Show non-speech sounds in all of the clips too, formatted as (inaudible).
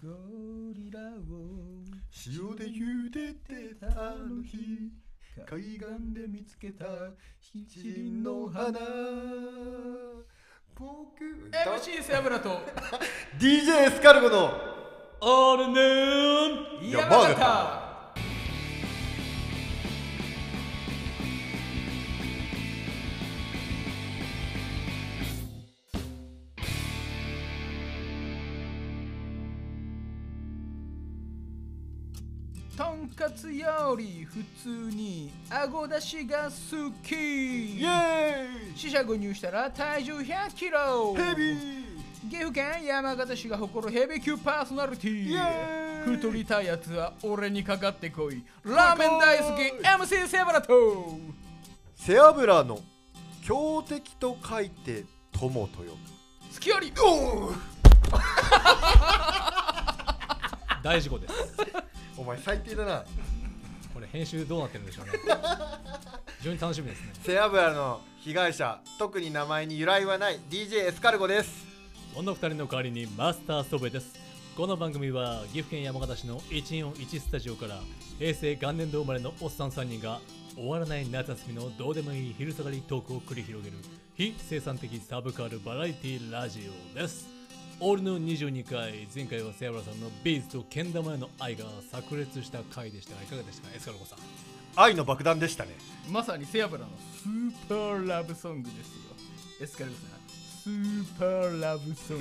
ゴリラを塩で茹でてたあの日海岸で見つけた七輪人のの花花僕 MC セブラと DJ スカルゴのオールヌーン山山形形とんかつより普通にあごだしが好きイエーイ四捨五入したら体重100キロヘビ岐阜県山形市が誇るヘビー級パーソナリティイエーイ太りたいやつは俺にかかってこいラーメン大好き MC セバラと背脂の強敵と書いて友と呼ぶ好きより大事故です。お前最低だなこれ編集どうなってるんでしょうね。非常に楽しみですね。背脂の被害者特に名前に由来はない DJ エスカルゴですそんな二人の代わりにマスターソベです。この番組は岐阜県山形市の141スタジオから平成元年度生まれのおっさん3人が終わらない夏休みのどうでもいい昼下がりトークを繰り広げる非生産的サブカルバラエティラジオです。オールの22回、前回はセアブラさんのビーズとけん玉への愛が炸裂した回でしたが、いかがでしたか、エスカルゴさん。愛の爆弾でしたねまさにセバラのスーパーラブソングですよエスカルゴさんスーパーラブソングですよ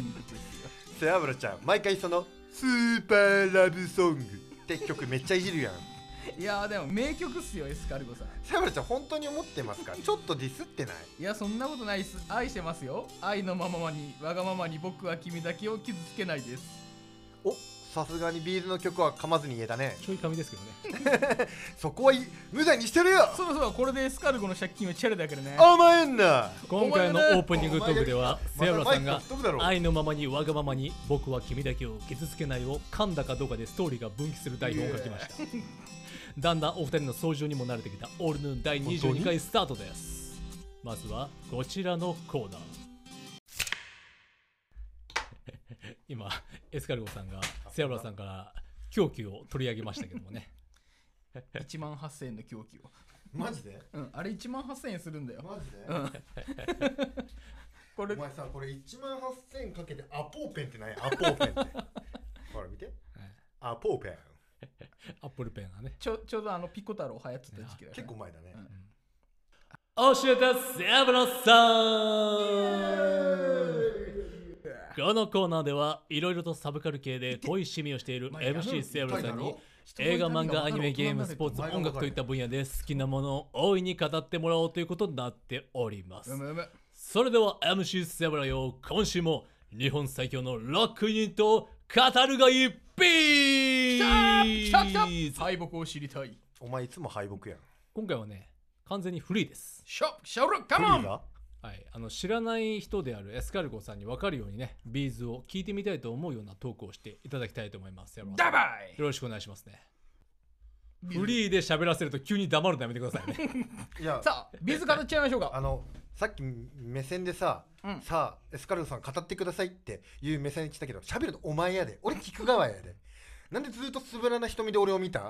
背脂ちゃん毎回そのスーパーラブソングって曲めっちゃいじるやんいやーでも名曲っすよエスカルゴさん背脂ちゃん本当に思ってますかちょっとディスってないいやそんなことないっす愛してますよ愛のままにわがままに僕は君だけを傷つけないですおさすがにビーズの曲は噛まずに言えたねちょい髪ですけどね。そこはい無駄にしてるよそろそろこれでエスカルゴの借金はチェレだからね甘えんな今回のオープニングトークではお前セがアブラさんまたマイクが吹っ飛ぶだろ愛のままにわがままに僕は君だけを傷つけないを噛んだかどうかでストーリーが分岐する台本を書きました (laughs) だんだんお二人の操縦にも慣れてきたオールヌーン第本当に22回スタートですまずはこちらのコーナー (laughs) 今エスカルゴさんがセアブラさんから狂気を取り上げましたけど (laughs) もね1万8000円の凶器をマジでうんあれ1万8000円するんだよマジで、これお前さこれ1万8000円かけてアポーペンって何やアポーペン (laughs) ってほら見て、アポーペンアップルペンがねちょちょうどあのピコ太郎流行ってた時期だから結構前だね、教えてセアブラさんこのコーナーではいろいろとサブカル系で遠い趣味をしている MC セーブラさんに映画、漫画、アニメ、ゲーム、スポーツ、音楽といった分野で好きなものを大いに語ってもらおうということになっておりますう。むうむそれでは MC セブラよ、今週も日本最強のロックユニットを語るがいいビきたーきたきたーズ敗北を知りたいお前いつも敗北やん今回はね、完全にフリーです。ショッシャロッカモフリーンがはい、あの知らない人であるエスカルゴさんに分かるようにね、ビーズを聞いてみたいと思うようなトークをしていただきたいと思います。セブラさんダバよろしくお願いしますね。イフリーで喋らせると急に黙るのやめてください (laughs) ね。いやさあビズ語っちゃいましょうあかのさっき目線でさ、うんさあエスカルゴさん語ってくださいっていう目線に来たけど喋るのお前やで俺聞く側やで (laughs) なんでずっとつぶらな瞳で俺を見た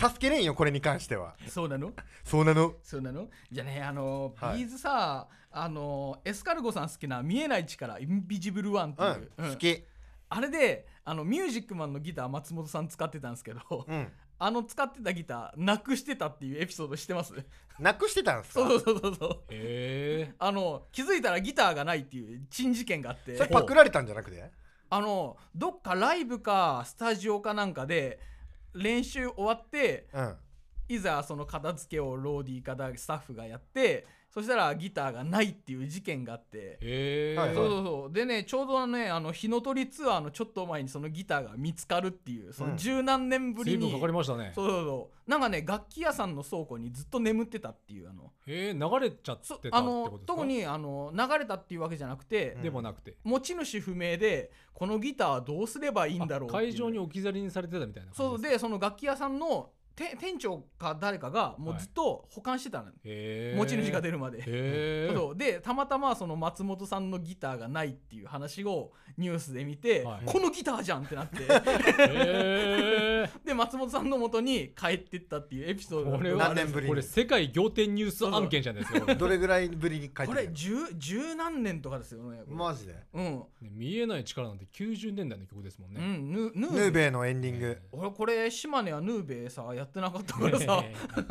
(laughs) 助けれんよこれに関してはそうなのそうなのそうなのじゃあねあのーはいビーズさあのーエスカルゴさん好きな見えない力インビジブルワンってういん、う、うん好きあれであのミュージックマンのギター松本さん使ってたんですけど、うんあの使ってたギターなくしてたっていうエピソード知ってますなくしてたんすかそうそうそうそうへあの気づいたらギターがないっていう珍事件があってそれパクられたんじゃなくてあのどっかライブかスタジオかなんかで練習終わってうんいざその片付けをローディーかだスタッフがやってそしたらギターがないっていう事件があってえ。へえ。はいそうそうそうでねちょうどねあの日の鳥ツアーのちょっと前にそのギターが見つかるっていうそうのん十何年ぶり随に、分かかりましたね。そうそうそうなんかね楽器屋さんの倉庫にずっと眠ってたっていうあのへえ、流れちゃってたそってあことのですか特にあの流れたっていうわけじゃなくて、うんでもなくて。持ち主不明でこのギターどうすればいいんだろうあっていう会場に置き去りにされてたみたいなそう感じですでその楽器屋さんのて店長か誰かがもうずっと保管してたの、へー持ち主が出るまで、へえそうでたまたまその松本さんのギターがないっていう話をニュースで見て、はいこのギターじゃんってなって (laughs) へで松本さんの元に帰ってったっていうエピソードこれがは何年ぶりにえこれ世界仰天ニュース案件じゃないですかこれどれぐらいぶりに帰ってこれ十十何年とかですよね。これマジでうん、ね見えない力なんて90年代の曲ですもんうねん、ヌヌヌーーベ。ベイのエンディング俺これ島根はヌーベさやってなかったからさ、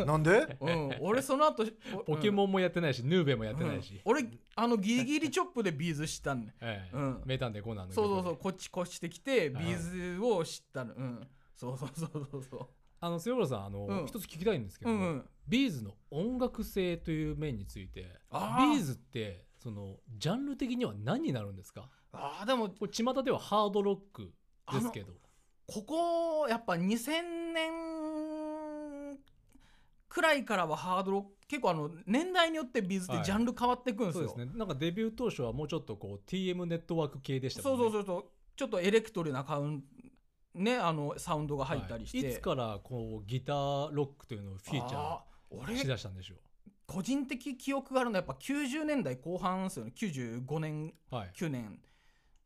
なんでうん、俺その後ポケモンンもやってないしヌーベもやってないし俺あのギリギリチョップでビーズ知ったんね。 (laughs) ええうん名探偵コナンのそ曲うでそうそうこっちこっちできてビはいーズを知ったの。うん、そうそうそうそうそう。あの瀬尾さんあの、うん一つ聞きたいんですけうども、んうん。ビーズの音楽性という面についてビあーーズってそのジャンル的には何になるんですかああでもこれ巷ではハードロックですけどここやっぱ2000年くらいからはハードロック結構あの年代によってビーズってジャンル変わってくんですそうよ。ですねなんかデビュー当初はもうちょっとこう TM ネットワーク系でしたそうそううそうそうちょっとエレクトリなカウンねあのサウンドが入ったりして、い、つからこうギターロックというのをフィーチャあーし俺だしたんでしょ個人的記憶があるのはやっぱ90年代後半ですよね95年うはい9年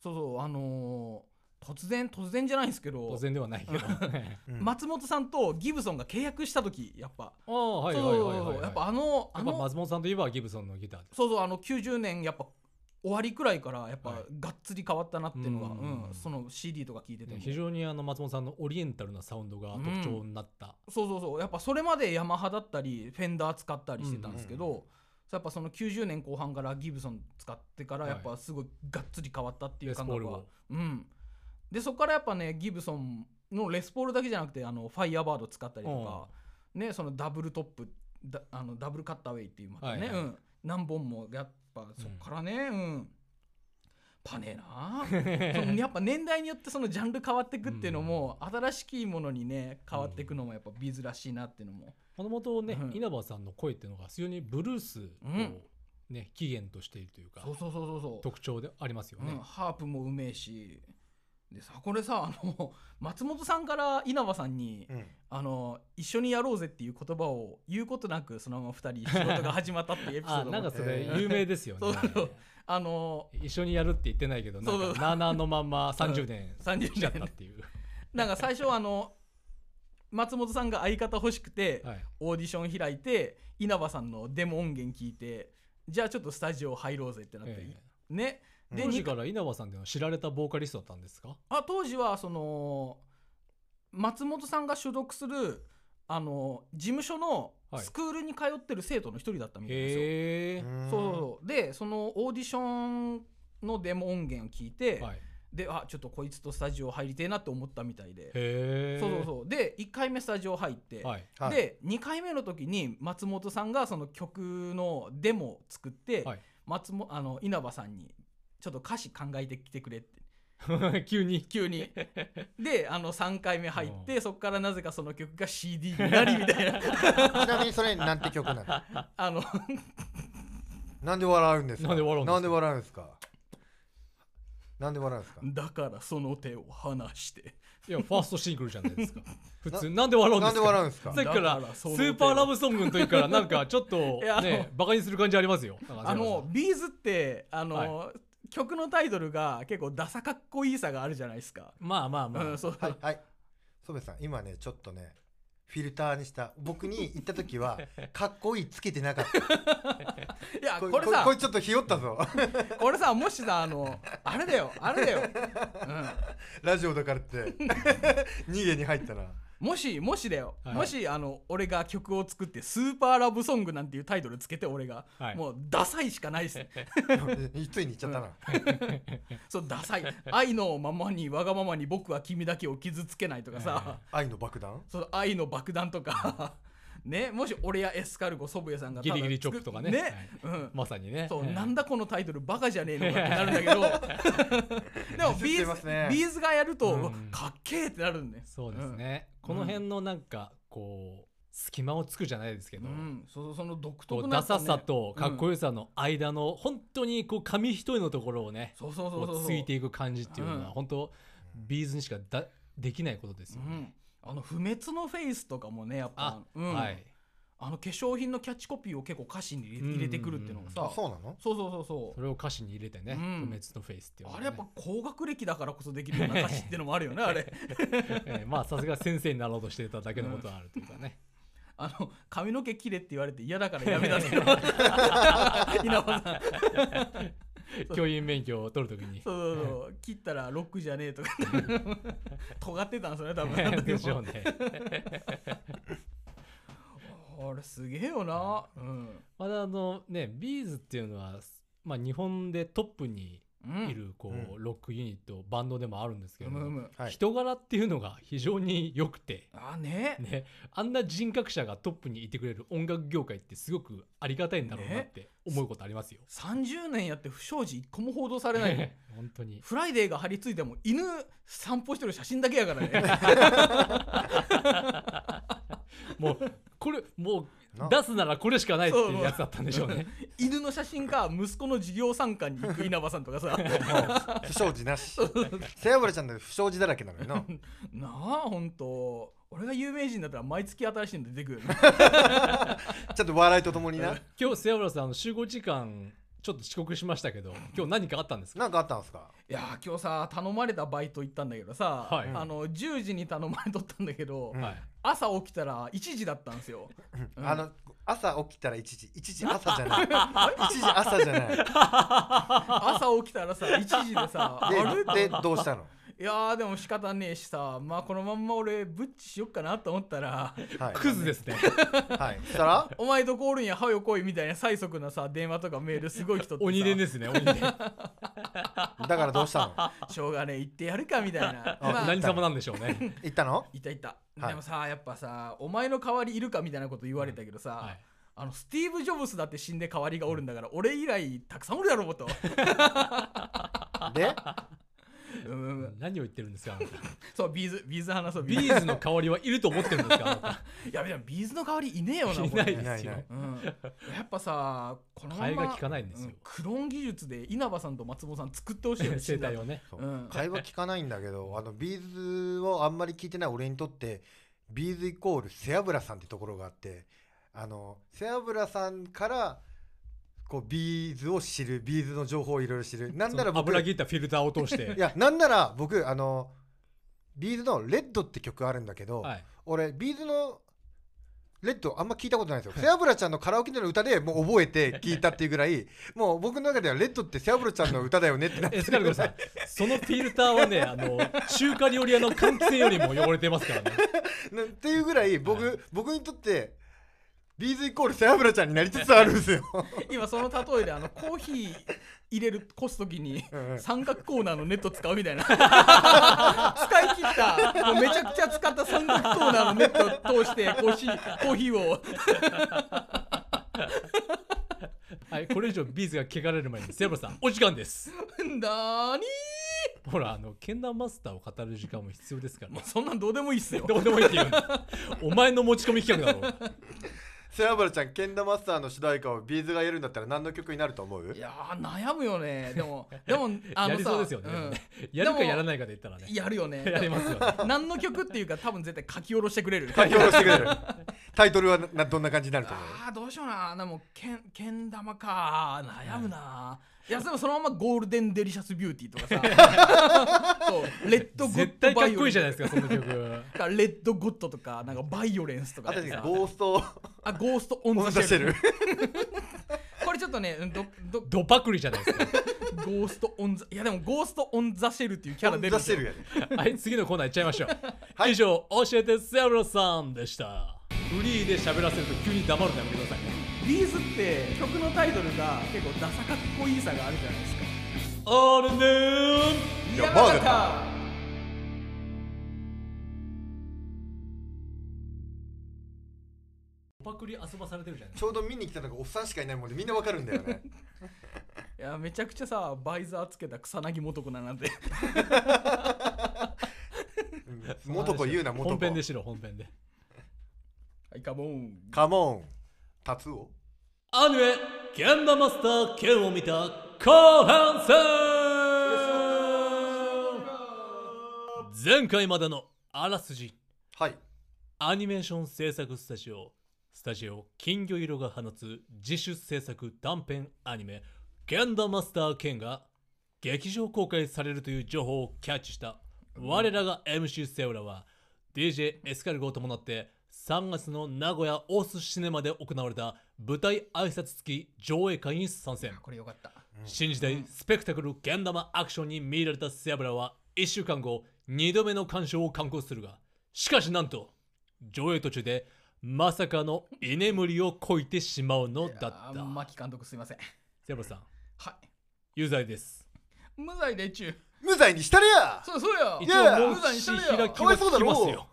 そうそうあのー突然突然じゃないんですけど当然ではないけどあうん松本さんとギブソンが契約した時やっぱ、 (laughs) あはいはいはそいうそうはい、そうはい、やっぱあのやあっぱの松本さんといえばギブソンのギターですそうそうあの90年やっぱ終わりくらいからやっぱはいがっつり変わったなっていうのが、うんうんその CD とか聞いててねも非常にあの松本さんのオリエンタルなサウンドが特徴になった、そうそうそうやっぱそれまでヤマハだったりフェンダー使ったりしてたんですけど、うんうんやっぱその90年後半からギブソン使ってからはいやっぱすごいがっつり変わったっていレうス感ポー覚ルは、をうん、でそこからやっぱねギブソンのレスポールだけじゃなくてあのファイヤーバード使ったりとか、ね、そのダブルトップだあのダブルカッターウェイっていうまたね、はいはいうん、何本もやっぱそっからねうん、パネーなあそのやっぱ年代によってそのジャンル変わってくっていうのも、新しいものにね変わっていくのもやっぱビーズらしいなっていうのも、もともとね、うん稲葉さんの声っていうのが非常にブルースをうんね、起源としているというかそうそうそうそうそう特徴でありますよね、うん、ハープもうめえしでさこれさあの (laughs) 松本さんから稲葉さんに、うんあの「一緒にやろうぜ」っていう言葉を言うことなくそのまま2人仕事が始まったっていうエピソーあドなんかもそれ有名ですよね、 (laughs) そうそうあの一緒にやるって言ってないけどなそんうかなあなあのまんま30年30年来ちゃったっていう、なんか最初あの松本さんが相方欲しくて、はい、オーディション開いて稲葉さんのデモ音源聞いてじゃあちょっとスタジオ入ろうぜってなって、ええねで当時にから稲葉さんっていうのは知られたボーカリストだったんですかあ当時はその松本さんが所属するあの事務所のはいスクールに通ってる生徒の一人だったみたいですよ、へえ、うんそうそうそうでそのオーディションのデモ音源を聞いて、はい、へであちょっとこいつとスタジオ入りてえなって思ったみたいでえそうそうそうで1回目スタジオ入って、はいはいで2回目の時に松本さんがその曲のデモを作って、はい松本あの稲葉さんにちょっと歌詞考えてきてくれって。 (laughs) 急に急にであの3回目入ってそこからなぜかその曲が CD になりみたいなちなみにそれなんて曲なのあのなんで笑うんですかなんで笑うんですかなんで笑うんですかなんで笑うんですかだからその手を離していやファーストシングルじゃないで (laughs) すか普通なんで笑うんでなすんかで笑うんですかさっきかだかららスそのーパーラブソングの時からなんかちょっと (laughs) いやあのねバカにする感じありますよ。あのビーズってあの、は曲のタイトルが結構ダサかっこいいさがあるじゃないですか、まあまあまあ、うんそう、はいはいソベさん今ねちょっとねフィルターにした僕に行った時 (laughs) はかっこいいつけてなかったいやここれさこれちょっとひよったぞ (laughs) これさもしさあのあれだよあれだよ、ラジオだからって (laughs) 逃げに入ったな (laughs) うん、もしもしだよ、はいもしあの俺が曲を作って「スーパーラブソング」なんていうタイトルつけて俺が、はいもうダサいしかないですついに行っちゃったな、そうダ (laughs) サい愛のままにわがままに僕は君だけを傷つけないとかさ、愛の爆弾その愛の爆弾とかねもし俺やエスカルゴ祖父江さんがただギリギリチョップとかねうんまさにね。そうええなんだこのタイトルバカじゃねえのかってなるんだけ (laughs) どで (laughs) もビディスってーますズ、ねビーズがやると、うんうわかっけえってなるんねそうです、ね、この辺のなんかこう隙間をつくじゃないですけうんど、うんそうそうその独こ特うなやダっぱサねさとかっこよさの間の、本当にこう紙一重のところをねそうそうそこうそううついていく感じっていうのは、うん本当ビーズにしかだできないことですうよね。んあの不滅のフェイスとかもねやっぱあ、うんはいあの化粧品のキャッチコピーを結構歌詞に入れうん入れてくるっていうのがあさそうなのそうそうそうそそれを歌詞に入れてね、うん不滅のフェイスっていううのあがれね、やっぱ高学歴だからこそできるような歌詞ってのもある (laughs) よねあれええまあさすが先生になろうとしてただけのことはあるというかね、あの髪の毛切れって言われて嫌だからやめた (laughs) っていうのも稲葉さん教員免許を取るときにそうそうそう切ったらロックじゃねえ (laughs) とか尖ってたんですよね多分あの時でもしょうねあれすげえよなうん、まだあのねビーズっていうのは、まあ、日本でトップにうん、いるこう、うロックユニットバンドでもあるんですけうどむうも、むはい人柄っていうのが非常に良くて、あねね、あんな人格者がトップにいてくれる音楽業界ってすごくありがたいんだろうなって思うことありますよ。 30年やって不祥事一個も報道されないの (laughs) 本当にフライデーが張り付いても犬散歩してる写真だけやからね (laughs) もうこれもなう出すならこれしかないっていうやつだったんでしょうね。犬の写真か息子の授業参観に行く稲葉さんとかさもう不祥事な (laughs) し背脂ちゃんだって不祥事だらけなのよななあほんと俺が有名人だったら毎月新しいの出てくるよ (laughs) ねちょっと笑いとともにな今日瀬浦さんあの集合時間ちょっと遅刻しましたけど今日何かあったんですかなんかあったんですかいやー今日さ頼まれたバイト行ったんだけどさ、はいあの10時に頼まれとったんだけど、うんはい、朝起きたら1時だったんです (laughs) ようんあの朝起きたら1時1時朝じゃ (laughs) ない1時朝じゃない朝起きたらさ1時でさあれ (laughs) ででどうしたの、いやーでも仕方ねえしさまあこのまんま俺ブッチしよっかなと思った (laughs) らはいクズですね。はい、そしたらお前どこおるんや、はよ来いみたいな催促なさ、電話とかメールすごい人ってさ鬼伝ですね鬼伝。だからどうしたのしょうがねえ、行ってやるかみたいな。あまあ、何様なんでしょうね。行ったのいたいた。はいでもさ、やっぱさ、お前の代わりいるかみたいなこと言われたけどさ、はいあのスティーブ・ジョブスだって死んで代わりがおるんだから、俺以来たくさんおるやろと。でうんうんうん何を言ってるんですかあなたそう、ビーズ、ビーズ話そう。ビビーズーズの代わりはいると思ってるんですかあなやべえ、ビーズの代わりいねえよな、たいこれないでいすよないいない。うん、やっぱさ、このまま替えが利かないんですようクローン技術で稲葉さんと松本さん作ってほしい (laughs) よね、生態をね。そううん会話聞かないんだけどあのビーズをあんまり聞いてない俺にとってビーズイコール背脂さんってところがあってあの背脂さんからこうビーズを知るビーズの情報をいろいろ知るなんなら僕油い切ったフィルターを通して。やなんなら僕あのビーズの「レッド」って曲あるんだけど、はい、俺ビーズの「レッド」あんま聞いたことないんですよ背脂ちゃんのカラオケでの歌でもう覚えて聞いたっていうぐ (laughs) らいもう僕の中では「レッド」って背脂ちゃんの歌だよねってなって (laughs) えるスカルコさん、そのフィルターはね、あの中華料理屋の換気扇よりも汚れてますからね。なっていうぐらい僕,、はい僕にとってビーズイコール背脂ちゃんになりつつあるんですよ。今その例えであのコーヒー入れるこすときにうんうん三角コーナーのネット使うみたいな使い切ったもうめちゃくちゃ使った三角コーナーのネットを通してコーヒーコーヒーを (laughs) はい、これ以上ビーズが汚れる前に、セブラさん、お時間です。なーにほら、あの、けんマスターを語る時間も必要ですから、もうそんなんどうでもいいっすよどうでもいいって言うんだ。お前の持ち込み企画だろう。背脂ちゃん、ケンダマスターの主題歌をビーズがやるんだったら何の曲になると思ういやー悩むよねで (laughs) もでもあのさやりそうですよね。やるかやらないかで言ったらうんね。やるよ (laughs) やりねますよね。何の曲っていうか多分絶対書き下ろしてくれる書き下ろして (laughs) くれる。タイトルはななどんな感じになると思うああどうしようなでもけんけん玉か悩むな、い、やでもそのままゴールデンデリシャスビューティーとか (laughs) さそうレッドゴッ絶ド対バかっイオレこいいンじゃないスですか、その曲。とかレッドゴッドとかなんかバイオレンスとかあやとっでてさゴーストを (laughs) あゴーストオン音ザ出シしェルてる。これちょっとねうんどどドパクリじゃないですか。ゴーストオンザいやでもゴーストオンザシェルっていうキャラ音出るんで出しすてよるやで。はい、次のコーナー行っちゃいましょう。以上、教えてセブラさんでした。フリーで喋らせると急に黙るのやめてくださいね。ビーズって曲のタイトルが結構ダサかっこいいさがあるじゃないですかあれねや山形バーガパクリ遊ばされてるじゃないちょうど見に来たのがおっさんしかいないもんでみんなわかるんだよね。いやめちゃくちゃさバイザーつけた草薙素子だなんてうん元子言うな、元子。本編でしろ、本編で。はいカモンカモン。タツオアニメ、ケンダマスター、ケンを見た後半戦前回までのあらすじ、はいアニメーション制作スタジオスタジオ金魚色が放つ自主制作短編アニメ「ゲンダマスター剣」が劇場公開されるという情報をキャッチした我らが MC セオラは DJ エスカルゴを伴って3月の名古屋オースシネマで行われた舞台挨拶付き上映会に参戦これよかった新時代スペクタクルゲンダマアクションに見入られたセアブラは1週間後2度目の鑑賞を敢行するがしかしなんと上映途中でまさかの居眠りをこいてしまうのだっいやーた牧監督すいませんセアブラさんは有罪ですい無罪で中無罪にしたれやそうそうや一や応もう無罪にした開れよきかわはいそうだきろますよ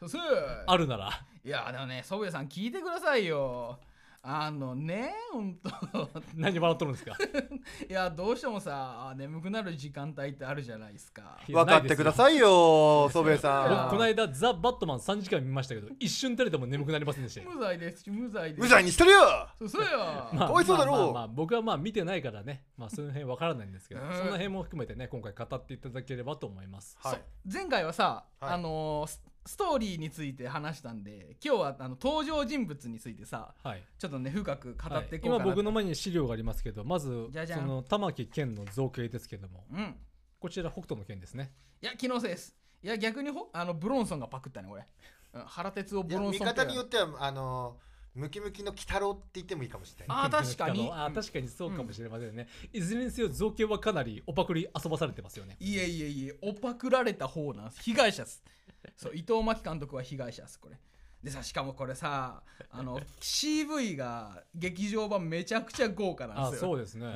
そうそうやあるならいやーでもねソビエさん聞いてくださいよあのねほんと何笑っとるんですかいやどうしてもさ眠くなる時間帯ってあるじゃないですかい (laughs) や分かってくだないさいよ祖兵衛ですよさ僕この間ザ・バットマン3時間見ましたけど一瞬たりとも眠くなりませんでしたよ無罪です無罪ですん無罪にしたれやそうそうや、かわいそうだろうまあまあまあ僕はまあ見てないからね、まあ、その辺わからないんですけど、うんその辺も含めてね今回語っていただければと思います。はい前回はさ、はいあのースストーリーについて話したんで今日はあの登場人物についてさはいちょっとね深く語はっいていこう今かなと、僕の前に資料がありますけどまずじゃじゃんその玉木健の造形ですけどもうんこちら北斗の剣ですねいや気のせいですいや逆にほあのブロンソンがパクったねこれ、うん、原哲夫いブやロン見ソンペア方によってはあのムキムキの鬼太郎って言ってもいいかもしれないあー確かにあー確かにそうかもしれませんね、いずれにせよ造形はかなりおパクリ遊ばされてますよねいえいえいえおパクられた方なんです被害者ですそう伊藤真紀監督は被害者ですこれでさしかもこれさあの CV が劇場版めちゃくちゃ豪華なあんーですそようですね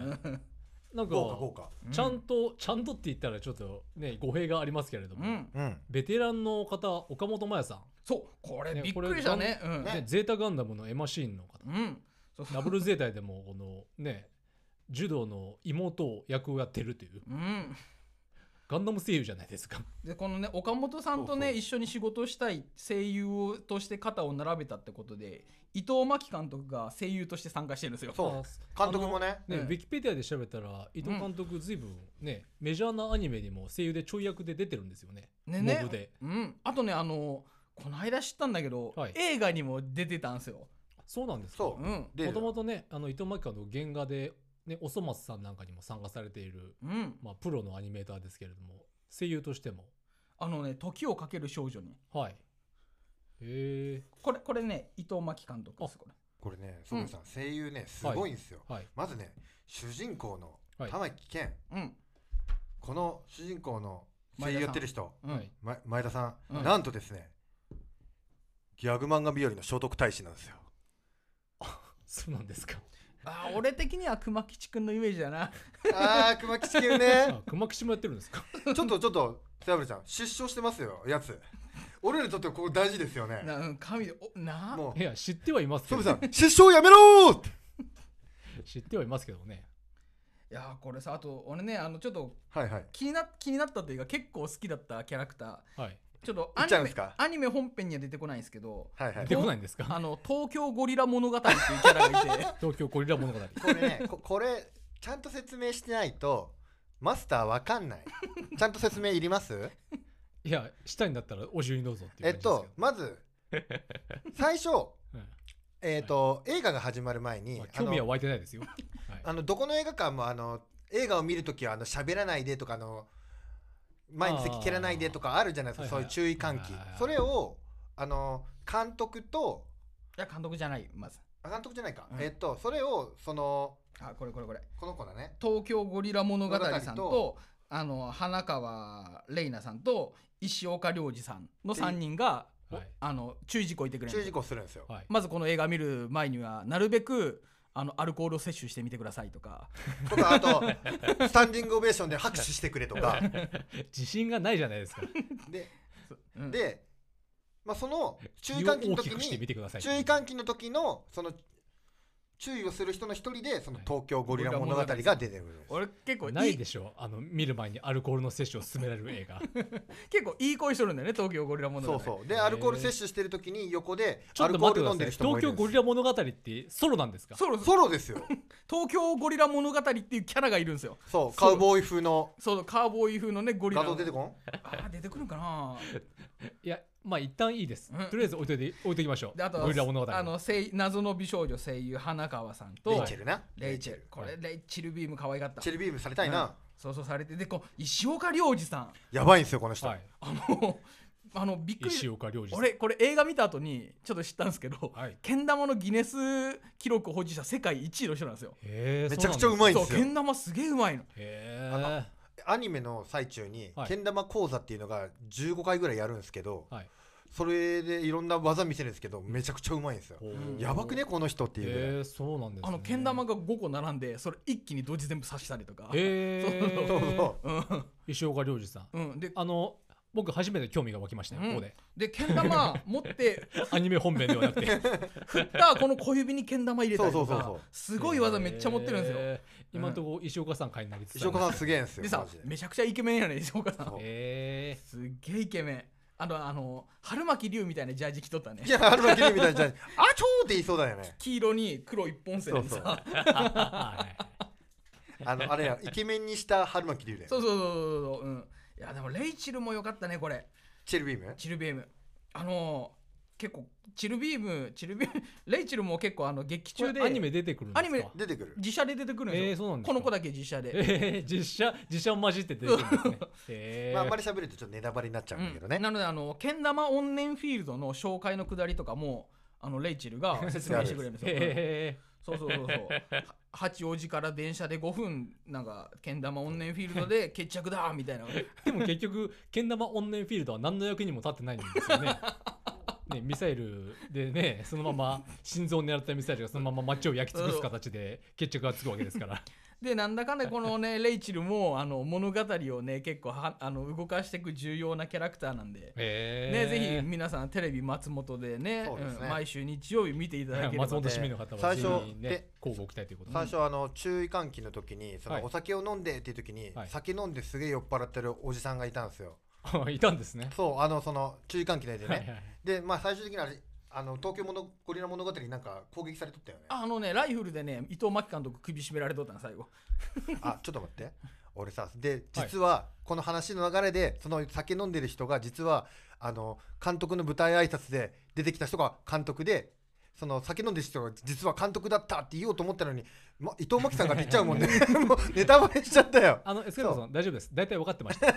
なんか豪華豪華うんちゃんとちゃんとって言ったらちょっとね語弊がありますけれども、うんうんベテランの方岡本真也さんそうこれねびっくりしたねうんねでゼータガンダムのエマシーンの方うんそうそうダブルゼータでもこのね柔道の妹を役をやってるといううんガンダム声優じゃないですかでこのね岡本さんとねそうそう一緒に仕事をしたい声優をとして肩を並べたってことで伊藤真紀監督が声優として参加してるんですよそう監督もねね、うんウィキペディアで調べたら伊藤監督ずいぶんね、メジャーなアニメにも声優でちょい役で出てるんですよねねねモブでうん、あとねあのこの間知ったんだけど、はい映画にも出てたんですよ、そうなんですかそううんでもともとねあの伊藤真紀監督原画で、ね、おそ松さんなんかにも参加されている、うん、まあ、プロのアニメーターですけれども声優としてもあのね「時をかける少女にはいへえ」これこれね伊藤真紀監督ですこれこれね祖兵衛さん声優ねすごいんですよはいまずね主人公のはい玉木健うんこの主人公の声優やってる人うん、はいま前田さん、うんなんとですねギャグ漫画日和の聖徳太子なんですよそうなんですかあー俺的には熊吉くんのイメージだな (laughs) あー熊吉君ねあ熊吉もやってるんですかちょっとちょっとセアブルちゃん失笑してますよやつ俺らにとってはここ大事ですよねな、うん、神でおなもいうや知ってはいますけセアどブルさん失笑やめろーって知ってはいますけどねいやーこれさあと俺ねあのちょっとはいはい気にな気になったというか結構好きだったキャラクターはいちょっと言アっちゃニうんメですかアニメ本編には出てこないんですけどはいはい出てこないんですか (laughs) あの東京ゴリラ物語っていうキャラがいて東京ゴリラ物語これねここれちゃんと説明してないとマスターわかんないちゃんと説明いりますいやしたいんだったらお重にどうぞっていえうっと感じまず最初ですえっ、と、映画が始まる前けに、ど、まああの興味は湧いてないですよ、はいあのどこの映画館もあの映画を見るときはあの喋らないでとかあの前に席蹴らないでとかあるじゃないですかそあーういう注意喚起はいはいはいそれをあの監督といや監督じゃないまずあ監督じゃないか、うんえっとそれをそのあこれこれこれこの子だね東京ゴリラ物語さんと物語あの花川玲奈さんと石岡良二さんの3人が、はいあの注意事項言ってくれるんで注意す事項するんですよ、はいまずこの映画見る前にはなるべくあのアルコールを摂取してみてくださいとかとかあ (laughs) とスタンディングオベーションで拍手してくれとか自信がないじゃないですかでうんで、まあ、その注意気を喚起の大時きくしてみにてください注意喚起の時のその注意をする人の一人でその東京ゴリラ物語が出てくるんです俺結構いないいでしょあの見る前にアルコールの摂取を勧められる (laughs) 映画結構いい声しとるんだよね東京ゴリラ物語そうそうでへーアルコール摂取してる時に横でちょアっルとコー待ルっ飲てんでくだるさい人も東いるんです京ゴリラ物語ってソロなんですかソロソロですよ東京ゴリラ物語っていうキャラがいるんですよそうカウボーイ風のそのカーボーイ風のねゴリラ画像出てこんあー出てくるんかないや、まあ一旦いいですうん。とりあえず置いといて、置いときましょう。であとゴリラ物語。あの声優謎の美少女声優花川さんとレイチェルなレイチェルこれレイチルビーム可愛かったチェルビームされたいな、そうそうされてでこう石岡良二さんやばいんですよこの人、はい。あのあのびっく石り岡良二さん。俺これ映画見た後にちょっと知ったんですけどはい。けん玉のギネス記録保持者世界1位の人なんですよへえめちゃくちゃうまいんそでうすけよん玉すげえうまいのへアニメの最中にはいけん玉講座っていうのが15回ぐらいやるんですけど、はいそれでいろんな技見せるんですけどめちゃくちゃうまいんですよ、うんやばくねこの人ってへいうぐらい、え、そうなんですね。あのけん玉が5個並んでそれ一気に同時全部刺したりとかへえ。そうそううん石岡良二さん。うんであの、僕初めて興味が湧きましたよ、うんここで。でけん玉持ってアニメ本編ではなくて。振ったこの小指にけん玉入れたりとそうそうそうかそう (laughs) すごい技めっちゃ持ってるんですよへー今のところ石岡さん買い投げてた。石岡さんすげえんですよでさマジでめちゃくちゃイケメンやね石岡さんそうへすっげえイケメンあのあの春巻龍みたいなジャージ着とったねいや春巻きみたいじゃないあちょーって言いそうだよね黄色に黒一本線でそうそうさー。あのあれやイケメンにした春巻き龍だよそうそうそうそうそううんいやでもレイチルも良かったねこれチェルビームチルビームあのー結構チルビームチルビームレイチルも結構あの劇中中ででアニメ出てくるんですかアニメ出てくる自社で出てくるんですよ、えーそうなんですかこの子だけ自社で、えー、実写実写を混じって出てくるんですね。えー (laughs) まあ、あんまり喋るとちょっとネタバレになっちゃうんだけどうねん、なのであのけん玉オンネンフィールドの紹介のくだりとかもあのレイチル (laughs) が説明してくれるんですよ、えそうそうそうそう (laughs) は八王子から電車で5分なんかけん玉オンネンフィールドで決着だみたいなー、でも結局けん玉オンネンフィールドは何の役にも立ってないんですよ (laughs) ね。ねミサイルでねそのまま心臓を狙ったミサイルがそのまま街を焼き尽くす形で決着がつくわけですから。でなんだかんだこのねレイチルもあの物語をね結構はあの動かしていく重要なキャラクターなんで、えね、ー、ぜひ皆さんテレビ松本でねそうですねうん毎週日曜日見ていただければ松本市市民民のの方方ははぜぜひひねね交互期待ということで。最初あの注意喚起の時にそはいのお酒を飲んでっていう時に、はい酒飲んですげえ酔っ払ってるおじさんがいたんですよ (laughs) いたんですね。そうあのその注意喚起のやつでね、はいはいでまあ最終的にあれあの東京ものゴリラ物語になんか攻撃されとったよねああのねライフルでね伊藤真紀監督首絞められとったの最後ちょっと待って俺さで実はこの話の流れでその酒飲んでる人が実はあの監督の舞台挨拶で出てきた人が監督でその酒飲んでる人が実は監督だったって言おうと思ったのに、ま、伊藤真紀さんが出ちゃうもん (laughs) ねもうネタバレしちゃったよあのエスカレーターさん大丈夫です。大体分かってま (laughs) した。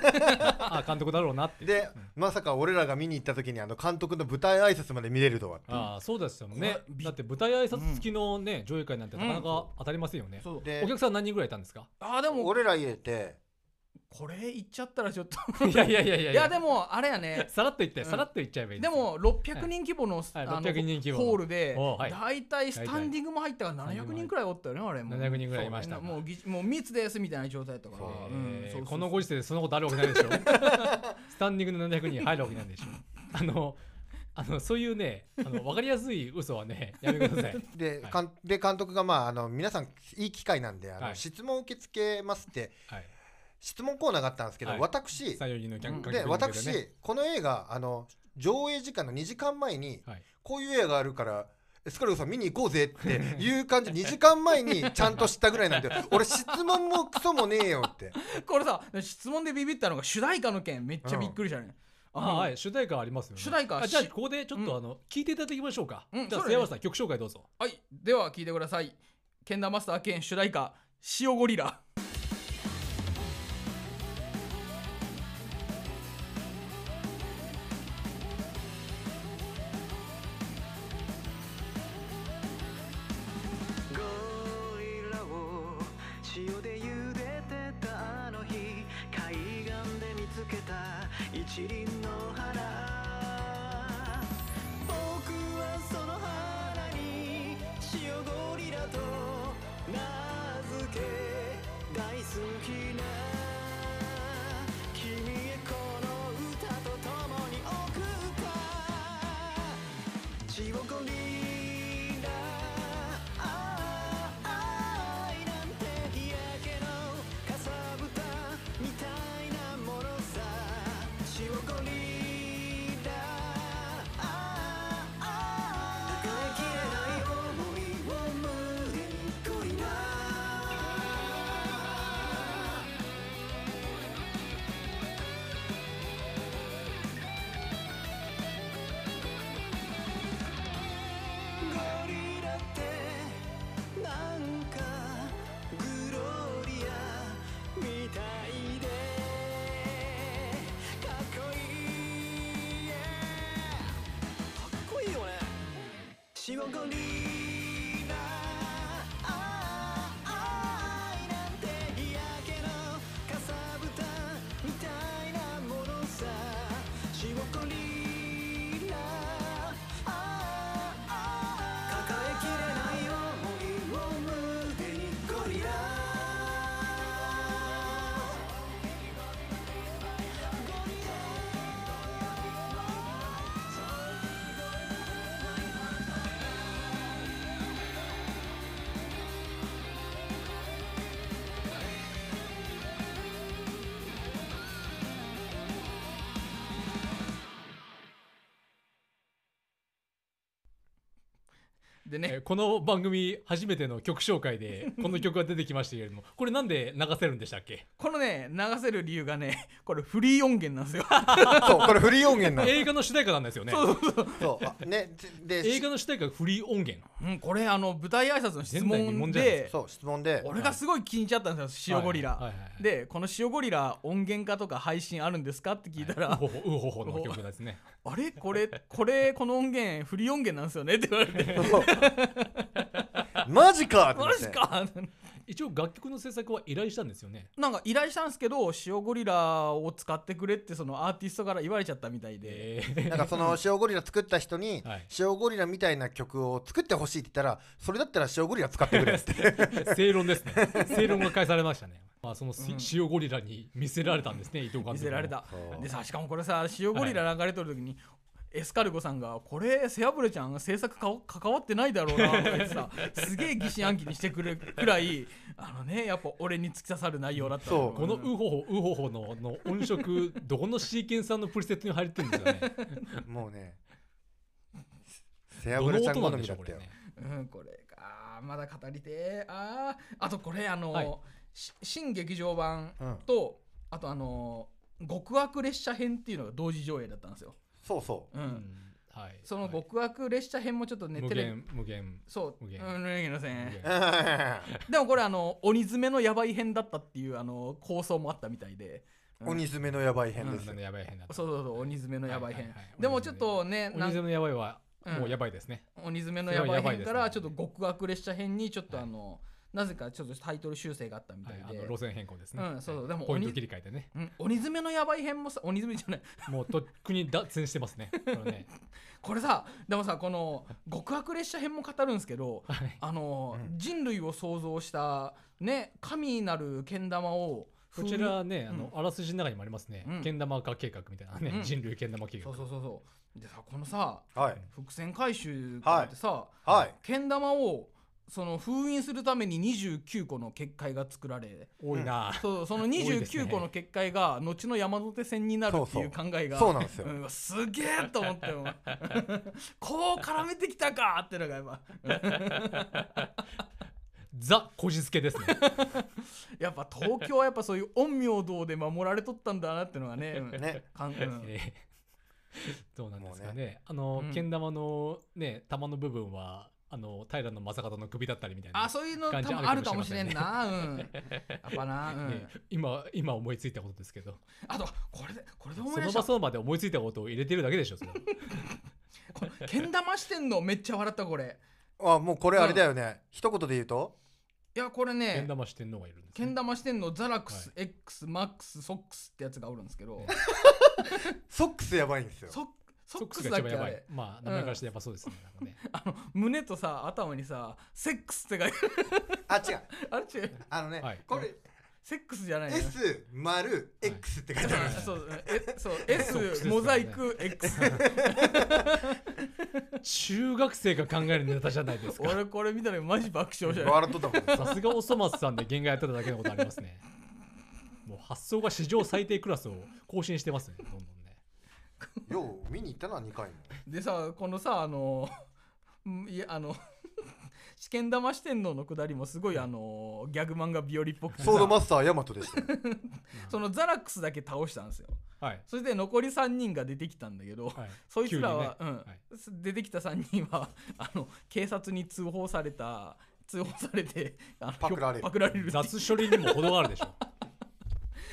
あ監督だろうなって。で、まさか俺らが見に行った時にあの監督の舞台挨拶まで見れるとはっていうああそうですよねこれびだって舞台挨拶付きのね、上映会なんてなかなか当たりませんよね、そうでお客さん何人ぐらいいたんですかあーでも俺ら入れてこれ言っちゃったらちょっと (laughs) いやいやいやいやいやでもあれやねさらっと言って、うんさらっと言っちゃえばいいでも600人規模の,、はいあの600人規模のホールでおうはい大体スタンディングも入ったから大体700人くらいおったよねあれもう700人ぐらいいましたそうもうぎもう密ですみたいな状態とかえねそううんそうーそうそうこのご時世でそんなことあるわけないでしょ (laughs) スタンディングの700人入るわけないでしょあのあのそういうねあの分かりやすい嘘はねやめてくださいで,、はいかんで監督が、まあ、あの皆さんいい機会なんであの、はい質問受け付けますってはい質問コーナーがあったんですけど、はい私最寄のキャンで観客私、に向けてねこの映画あの上映時間の2時間前に、はいこういう映画があるからエスカルゴさん見に行こうぜ (laughs) っていう感じ2時間前にちゃんと知ったぐらいなんで俺質問もクソもねえよ (laughs) ってこれさ質問でビビったのが主題歌の件めっちゃびっくりしたね、ああのはい主題歌ありますよね主題歌あじゃあしここでちょっとあの、聞いていただきましょうか、うんじゃあそうだね杉山さん曲紹介どうぞはいでは聞いてくださいけん玉マスター兼主題歌「塩ゴリラ」ゴリラを塩で茹でてたあの日海岸で見つけた一輪の花僕はその花に塩ゴリラと名付け大好きな君へこの歌と共に送った血をゴリラああ愛なんて日焼けのかさぶたみたいなものさ血をゴリラ血をゴリラああ愛なんて日焼けのかさぶたみたいなものさ血をゴリラああ抱えきれない思いを胸にゴリラでえねーこの番組初めての曲紹介でこの曲が出てきましたけれどもこれなんで流せるんでしたっ (laughs) けこのね流せる理由がねこれフリー音源なんですよ (laughs) そうこれフリー音源なの映画の主題歌なんですよねそうあねで映画の主題歌がフリー音源うんこれあの舞台挨拶の質前代未問聞じゃないでですそう質問で俺がすごい気に入っちゃったんですよ塩ゴリはいはラいはいはいでこの塩ゴリラ音源化とか配信あるんですかって聞いたらウホホウホホの曲ですね (laughs) あれこれこれこの音源フリー音源なんですよねって言われ (laughs) てマジかって思っマてジか一応楽曲の制作は依頼したんですよねなんか依頼したんですけど塩ゴリラを使ってくれってそのアーティストから言われちゃったみたいで、えー (laughs) なんかその塩ゴリラ作った人にはい塩ゴリラみたいな曲を作ってほしいって言ったらそれだったら塩ゴリラ使ってくれって (laughs) 正論ですね正論が返されましたねまあそのしうん塩ゴリラに見せられたんですね伊藤監督も見せられたそうでさしかもこれさ塩ゴリラ流れとる時に、エスカルゴさんが「これセアブレちゃん制作かお関わってないだろうな」とか言ってさすげえ疑心暗鬼にしてくるくらいあのねやっぱ俺に突き刺さる内容だったそうこのウホホウホホのの音色どこのシーケンサーのプリセットに入ってるんですよねもうねセアどブラのちゃん音好なんでみしだょうっこたれよねうん、これかまだ語りてーあーあとこれあの、はいし新劇場版うんと、あとあの極悪列車編っていうのが同時上映だったんですよ、そうそううんうんはいそのはい極悪列車編もちょっとね、無テレビ限無限そう無限うん無限の線無限でもこれあの鬼詰めのやばい編だったっていうあの構想もあったみたいで、うん (laughs) 鬼爪のやばい編ですそんなのやばい変なそうそうそう鬼詰めのやばい編、はいはいはいでもちょっとね鬼なん攻めのやばいはうんもうやばいですね鬼詰めのやばい編かそれはやばいらでちすょっねと極悪列車編にちょっとあの、なぜかちょっとタイトル修正があったみたはいいで、あの路線変更ですねうんそうそうでもポイント鬼切り替えてねうん鬼詰めのやばい編もさ鬼詰めじゃないもうとっくに脱線してますねこれ (laughs) ねこれさでもさこの極悪列車編も語るんですけどはいあの、うん人類を創造したね神なるけん玉をこちらねあのうあらすじの中にもありますねうんけん玉化計画みたいなうねん人類けん玉計画そうそうそうそうでさこのさはい伏線回収とかってさ、はいけん玉をその封印するために29個の結界が作られ多いなそうそのいですね29個の結界が後の山手線になるっていう考えがそうなんですようんすげえと思っても (laughs) こう絡めてきたかってのがやっぱザこじつ (laughs) けですねやっぱ東京はやっぱそういう陰陽道で守られとったんだなってのが (laughs) ね,、うん、ねかんうんえーどうなんですかもねあのうんけん玉のね玉の部分はあの平野正門の首だったりみたいなあそういうの多感じ分あるかもしれんな、うん、やっぱな、 (laughs) うんね今今思いついたことですけどあとこれでこれで思そい出のした場その場で思いついたことを入れてるだけでしょそれはこのけん玉してんのめっちゃ笑ったこれあもうこれあれだよね一言で言うといやこれけねん玉してんのがいるんですけねん玉してんのザラクス、は X マックスソックスってやつがおるんですけど、ねソックスやばいんですよソッソソッッククススだがっ一け番あやばいれ。まあ、名前からしてやっぱそうですね。なん (laughs) かねあの胸とさ頭にさセックスって書いてあ違うあるあれ違うあのねはいこれセックスじゃないの S 丸 X って書いてあるはい (laughs) そうえそうソックスです S ねモザイク X 中学生が考えるネタじゃないですか。俺これ見たらマジ爆笑しちゃう笑っとったもんさすがおそ松さんで原画やってただけのことありますね。もう発想が史上最低クラスを更新してますね。どんどんね。よう見に行ったな2回もでさこのさあのうんいやあの (laughs) 試験玉四天王のくだりもすごいあのギャグ漫画日和っぽくてさソードマスターヤマトでしたよそのザラックスだけ倒したんですよはい。そして残り3人が出てきたんだけ (laughs) ど、はい。そいつらは、急うんにねはい出てきた3人はあの警察に通報された通報されてあのパクられるパクられるっていう雑処理にも程があるでしょ。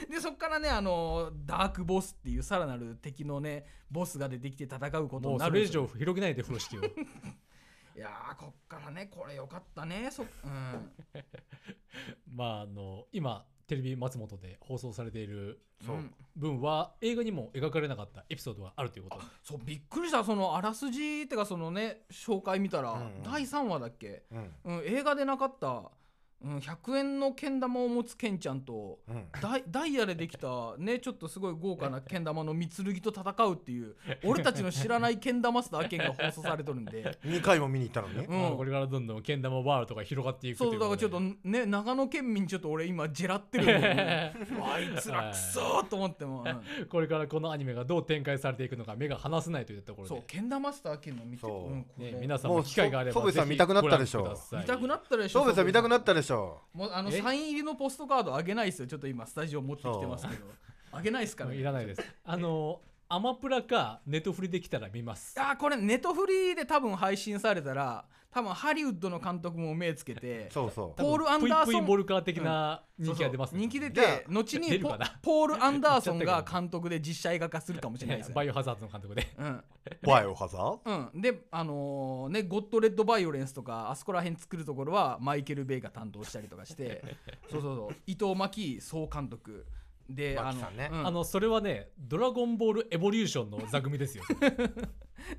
でそっからねあのダークボスっていうさらなる敵のねボスが出てきて戦うこともに (laughs) うなそるんれで以すよ上広げないで風呂敷を。いやーこっからねこれよかったねそうんまああの今テレビ松本で放送されているそううん分は映画にも描かれなかったエピソードがあるということでそうびっくりしたそのあらすじってかそのね紹介見たら、うんうん第3話だっけ、うんうん、映画でなかった、うん、100円のけん玉を持つケンちゃんとうんダイ (laughs) ダイヤでできたねちょっとすごい豪華なけん玉の三剣と戦うっていう俺たちの知らないけん玉スター剣が放送されとるんで、 2回も見に行ったのにうまあんこ、れからどんどんけん玉ワールドが広がっていくそういだからちょっとこね長野県民ちょっと俺今ジェラってるんだよ (laughs) ねあいつらくそーと思っても、うんとでこれからこのアニメがどう展開されていくのか目が離せないといったところでそうけん玉スター剣の見てそううんこれね、皆さんも機会があればもうそぜソブさひん見たくなったでしょご覧ください見たくなったでしょそうべさん見たくなったでしょもうあのえサイン入りのポストカードあげないですよちょっと今スタジオ持ってきてますけどあげないですから、もういらないです (laughs) あのアマプラかネットフリできたら見ますあーこれネトフリーで多分配信されたら多分ハリウッドの監督も目つけてそうそポールアンダーソンプイプイボルカー的な人気が出ますそうね、そう人気出じゃて後出にるポかなポール・アンダーソンやっがちゃったけど監督で実写映画化するかもしれないですねバイオハザードの監督でうんうバイオハザーうん、であのーね「ゴッド・レッド・バイオレンス」とかあそこら辺作るところはマイケル・ベイが担当したりとかして (laughs) そうそうそう伊藤真紀総監督で真紀さんねあの、うんあのそれはね「ドラゴンボールエボリューション」の座組 (laughs) ですよ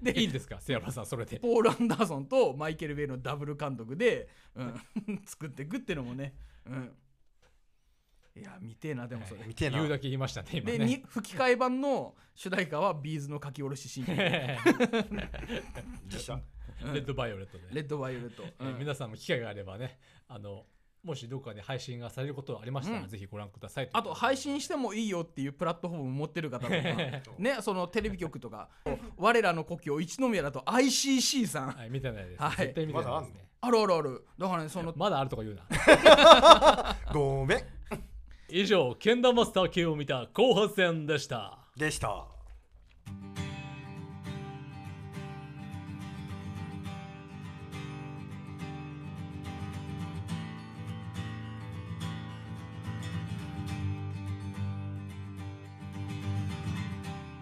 でいいんですかセアラさんそれで (laughs) ポール・アンダーソンとマイケル・ベイのダブル監督で、うん、 (laughs) 作っていくってのもね、うん、いや見てえなでもそれ、見てえな言うだけ言いましたね今で、ねに吹き替え版の主題歌はビーズの書き下ろしシーン (laughs) 実写レッドバイオレットで、レッド・バイオレット、えうんー皆さんも機会があればねあのもしどこかで配信がされることがありましたら、うんぜひご覧くださいあと配信ししてもいいよっていうプラットフォーム持ってる方とかねそのテレビ局とか我らの故郷一宮だと ICC さんはい見てないです、はい絶対見てないですねあるあるあるだからねそのまだあるとか言うなごめん以上けん玉マスター系を見た後半戦でしたでした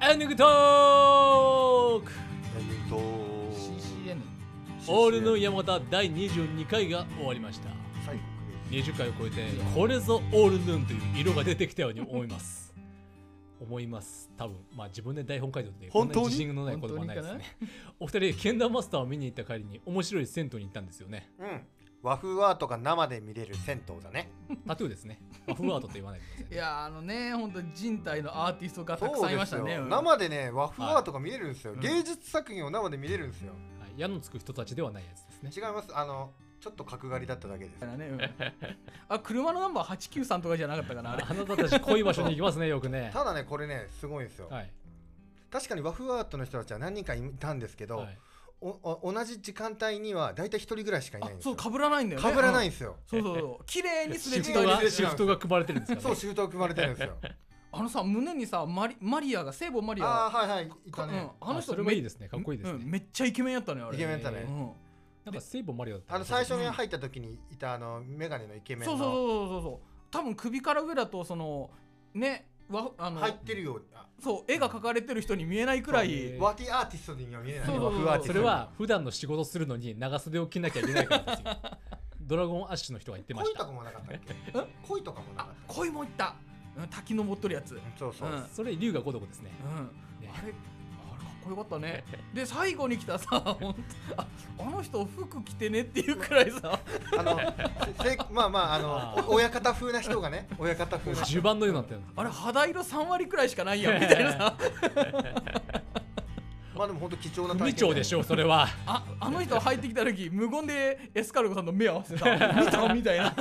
エンディングトークえっと CCN オールの山形第22回が終わりました最後20回を超えてこれぞオールヌーンという色が出てきたように思います思います多分まあ自分で台本書いておいてこん本な当に自信のないことはないですねお二人けん玉マスターを見に行った帰りに面白い銭湯に行ったんですよねうん和風アートが生で見れる銭湯だねタトゥーですねまあフルアートと言わないでく (laughs) ださいいねやーあのね本当人体のアーティストがたくさんいましたそうでねすようん生でね和風アートが見れるんですよ、はい芸術作品を生で見れるんですよ、はい矢のつく人たちではないやつですね違いますあのちょっと角刈りだっただけですだからねうんあ車のナンバー893とかじゃなかったかなあれあなたたちこういう場所に行きますねよくねただねこれねすごいんですよ、はい確かに和風アートの人たちは何人かいたんですけど、はいおお同じ時間帯には大体一人ぐらいしかいなあいんですそよう被らないんだよねかぶらなういんんですよ、そうそうそう綺麗にすれシ違フいでトが違うシフトが組まれてるんですかそうねシフトを組まれてるんで (laughs) すよあのさ胸にさマリマリアが聖母マリあアあはいはいいかたうね、んあのあ人それもいいですねかっこいいですうんねめっちゃイケメンやったねあれイケメンだえね、うんなんか聖母マリオだったあの最初にうん入った時にいたあのメガネのイケメンそうそうのそうそうそう多分首から上だとそのねわあの、入ってるようなそう絵が描かれてる人に見えないくらそういねワティアーティストには見えないそうそう和そう風アーティストそれは普段の仕事するのに長袖を着なきゃいけないからですよ (laughs) ドラゴンアッシュの人が言ってま恋しとたかもなかったっけ恋とかもなあかった恋もいった、うん、滝登っとるやつうん、そうそう、うんそれ龍が如くですねあれあれかっこよかった (laughs) ねで最後に来たさほんとああの人服着てねっていうくらいさあのせせまあまあああのーお親方風な人がね親方風な人10番のようになってるのあれ肌色3割くらいしかない (laughs) やんみたいなさまあでも本当貴重な組長でしょうそれはああの人入ってきた時無言でエスカルゴさんと目合わせてさ見たみたいな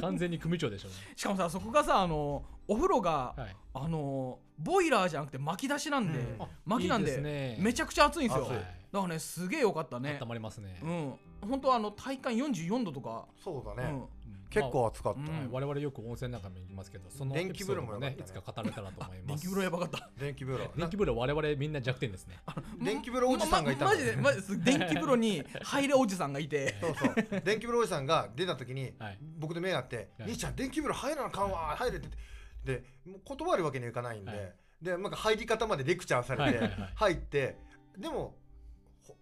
完全に組長でしょうねしかもさそこがさあのお風呂が、はいあのボイラーじゃなくて巻き出しなんで、うんあ巻きなんいいでですねめちゃくちゃ暑いんですよ暑いだからねすげえよかったね温まりますねうん本当はあの体感44度とか、そううだね、ん、結ま構暑かった、うあはいん我々よく温泉なんかも行きますけどその電気風呂もエよピかソっーたねドねいつか語れたらと思いま電す気風呂やばかった電気風呂電気風呂我々みんな弱点ですね (laughs) 電気風呂おじさんがいたまのまマジでマジです電気風呂に入れおじさんがいてそうそう電気風呂おじさんが出た時に、はい僕と目があって「はい兄ちゃん電気風呂入らなあかんわ入れ」って言ってでもう断るわけにはいかないんで、はいでなんか入り方までレクチャーさはいれて、はいはい入ってでもほ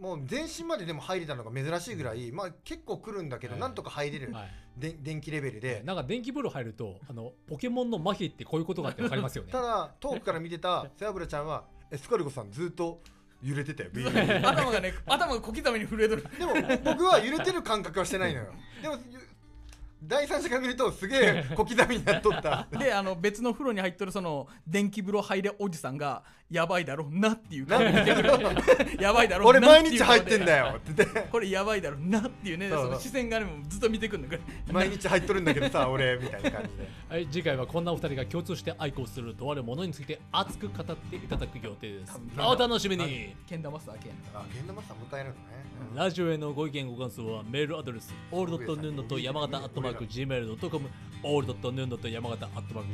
もう全身まででも入れたのが珍しいぐらい、まあ、結構来るんだけど、はいなんとか入れる、はいで電気レベルで、なんか電気風呂入るとあのポケモンの麻痺ってこういうことかって分かりますよねただ遠くから見てたセアブラちゃんはエスカルゴさんずっと揺れてたよビール頭がね頭が小刻みに震えとるでも僕は揺れてる感覚はしてないのよでも第三者から見るとすげえ小刻みになっと (laughs) ったであの別の風呂に入っとるその電気風呂入れおじさんがやばいだろうなっていうな顔で見てくる (laughs) やばいだろう俺なって毎いう日顔入でってんだよって言って (laughs) これやばいだろうなっていうねそうその視線がねもうずっと見てくるのこれ毎日入っとるんだけどさ俺みたいな感じではい、次回はこんなお二人が共通して愛好するとあるものについて熱く語っていただく予定です多分お楽しみにけん玉すだけやんあ源田マスター迎えるのね、うんラジオへのご意見ご感想はメールアドレスオールドットヌンドと山形アットマーク Gmail.com オールドットヌンドと山形アットマー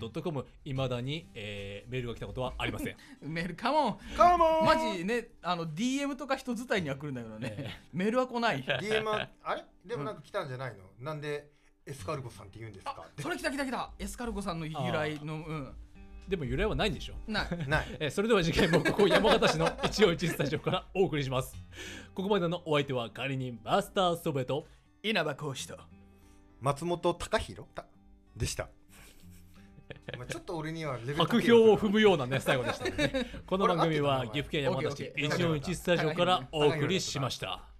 ク Gmail.com いまだに、えーメールが来たことはありませんメールカモンカモンマジねあの DM とか人伝いには来るんだけどえねメールは来ない (laughs) DM はあれでもなんか来たんじゃないの、なんでエスカルゴさんって言うんですかってそれ来た来た来たエスカルゴさんの由来のうんでも由来はないんでしょないない (laughs) えーそれでは次回もここ山形市の一応一スタジオからお送りしますここまでのお相手は仮にマスターソベと稲葉講師と松本隆弘た (laughs) でしたお前ちょっと俺にはレベル高い白な票を踏むようなね最 (laughs) 後でしたねこの番組は岐阜県山形市これ合ってた一応一スタジオからお送りしました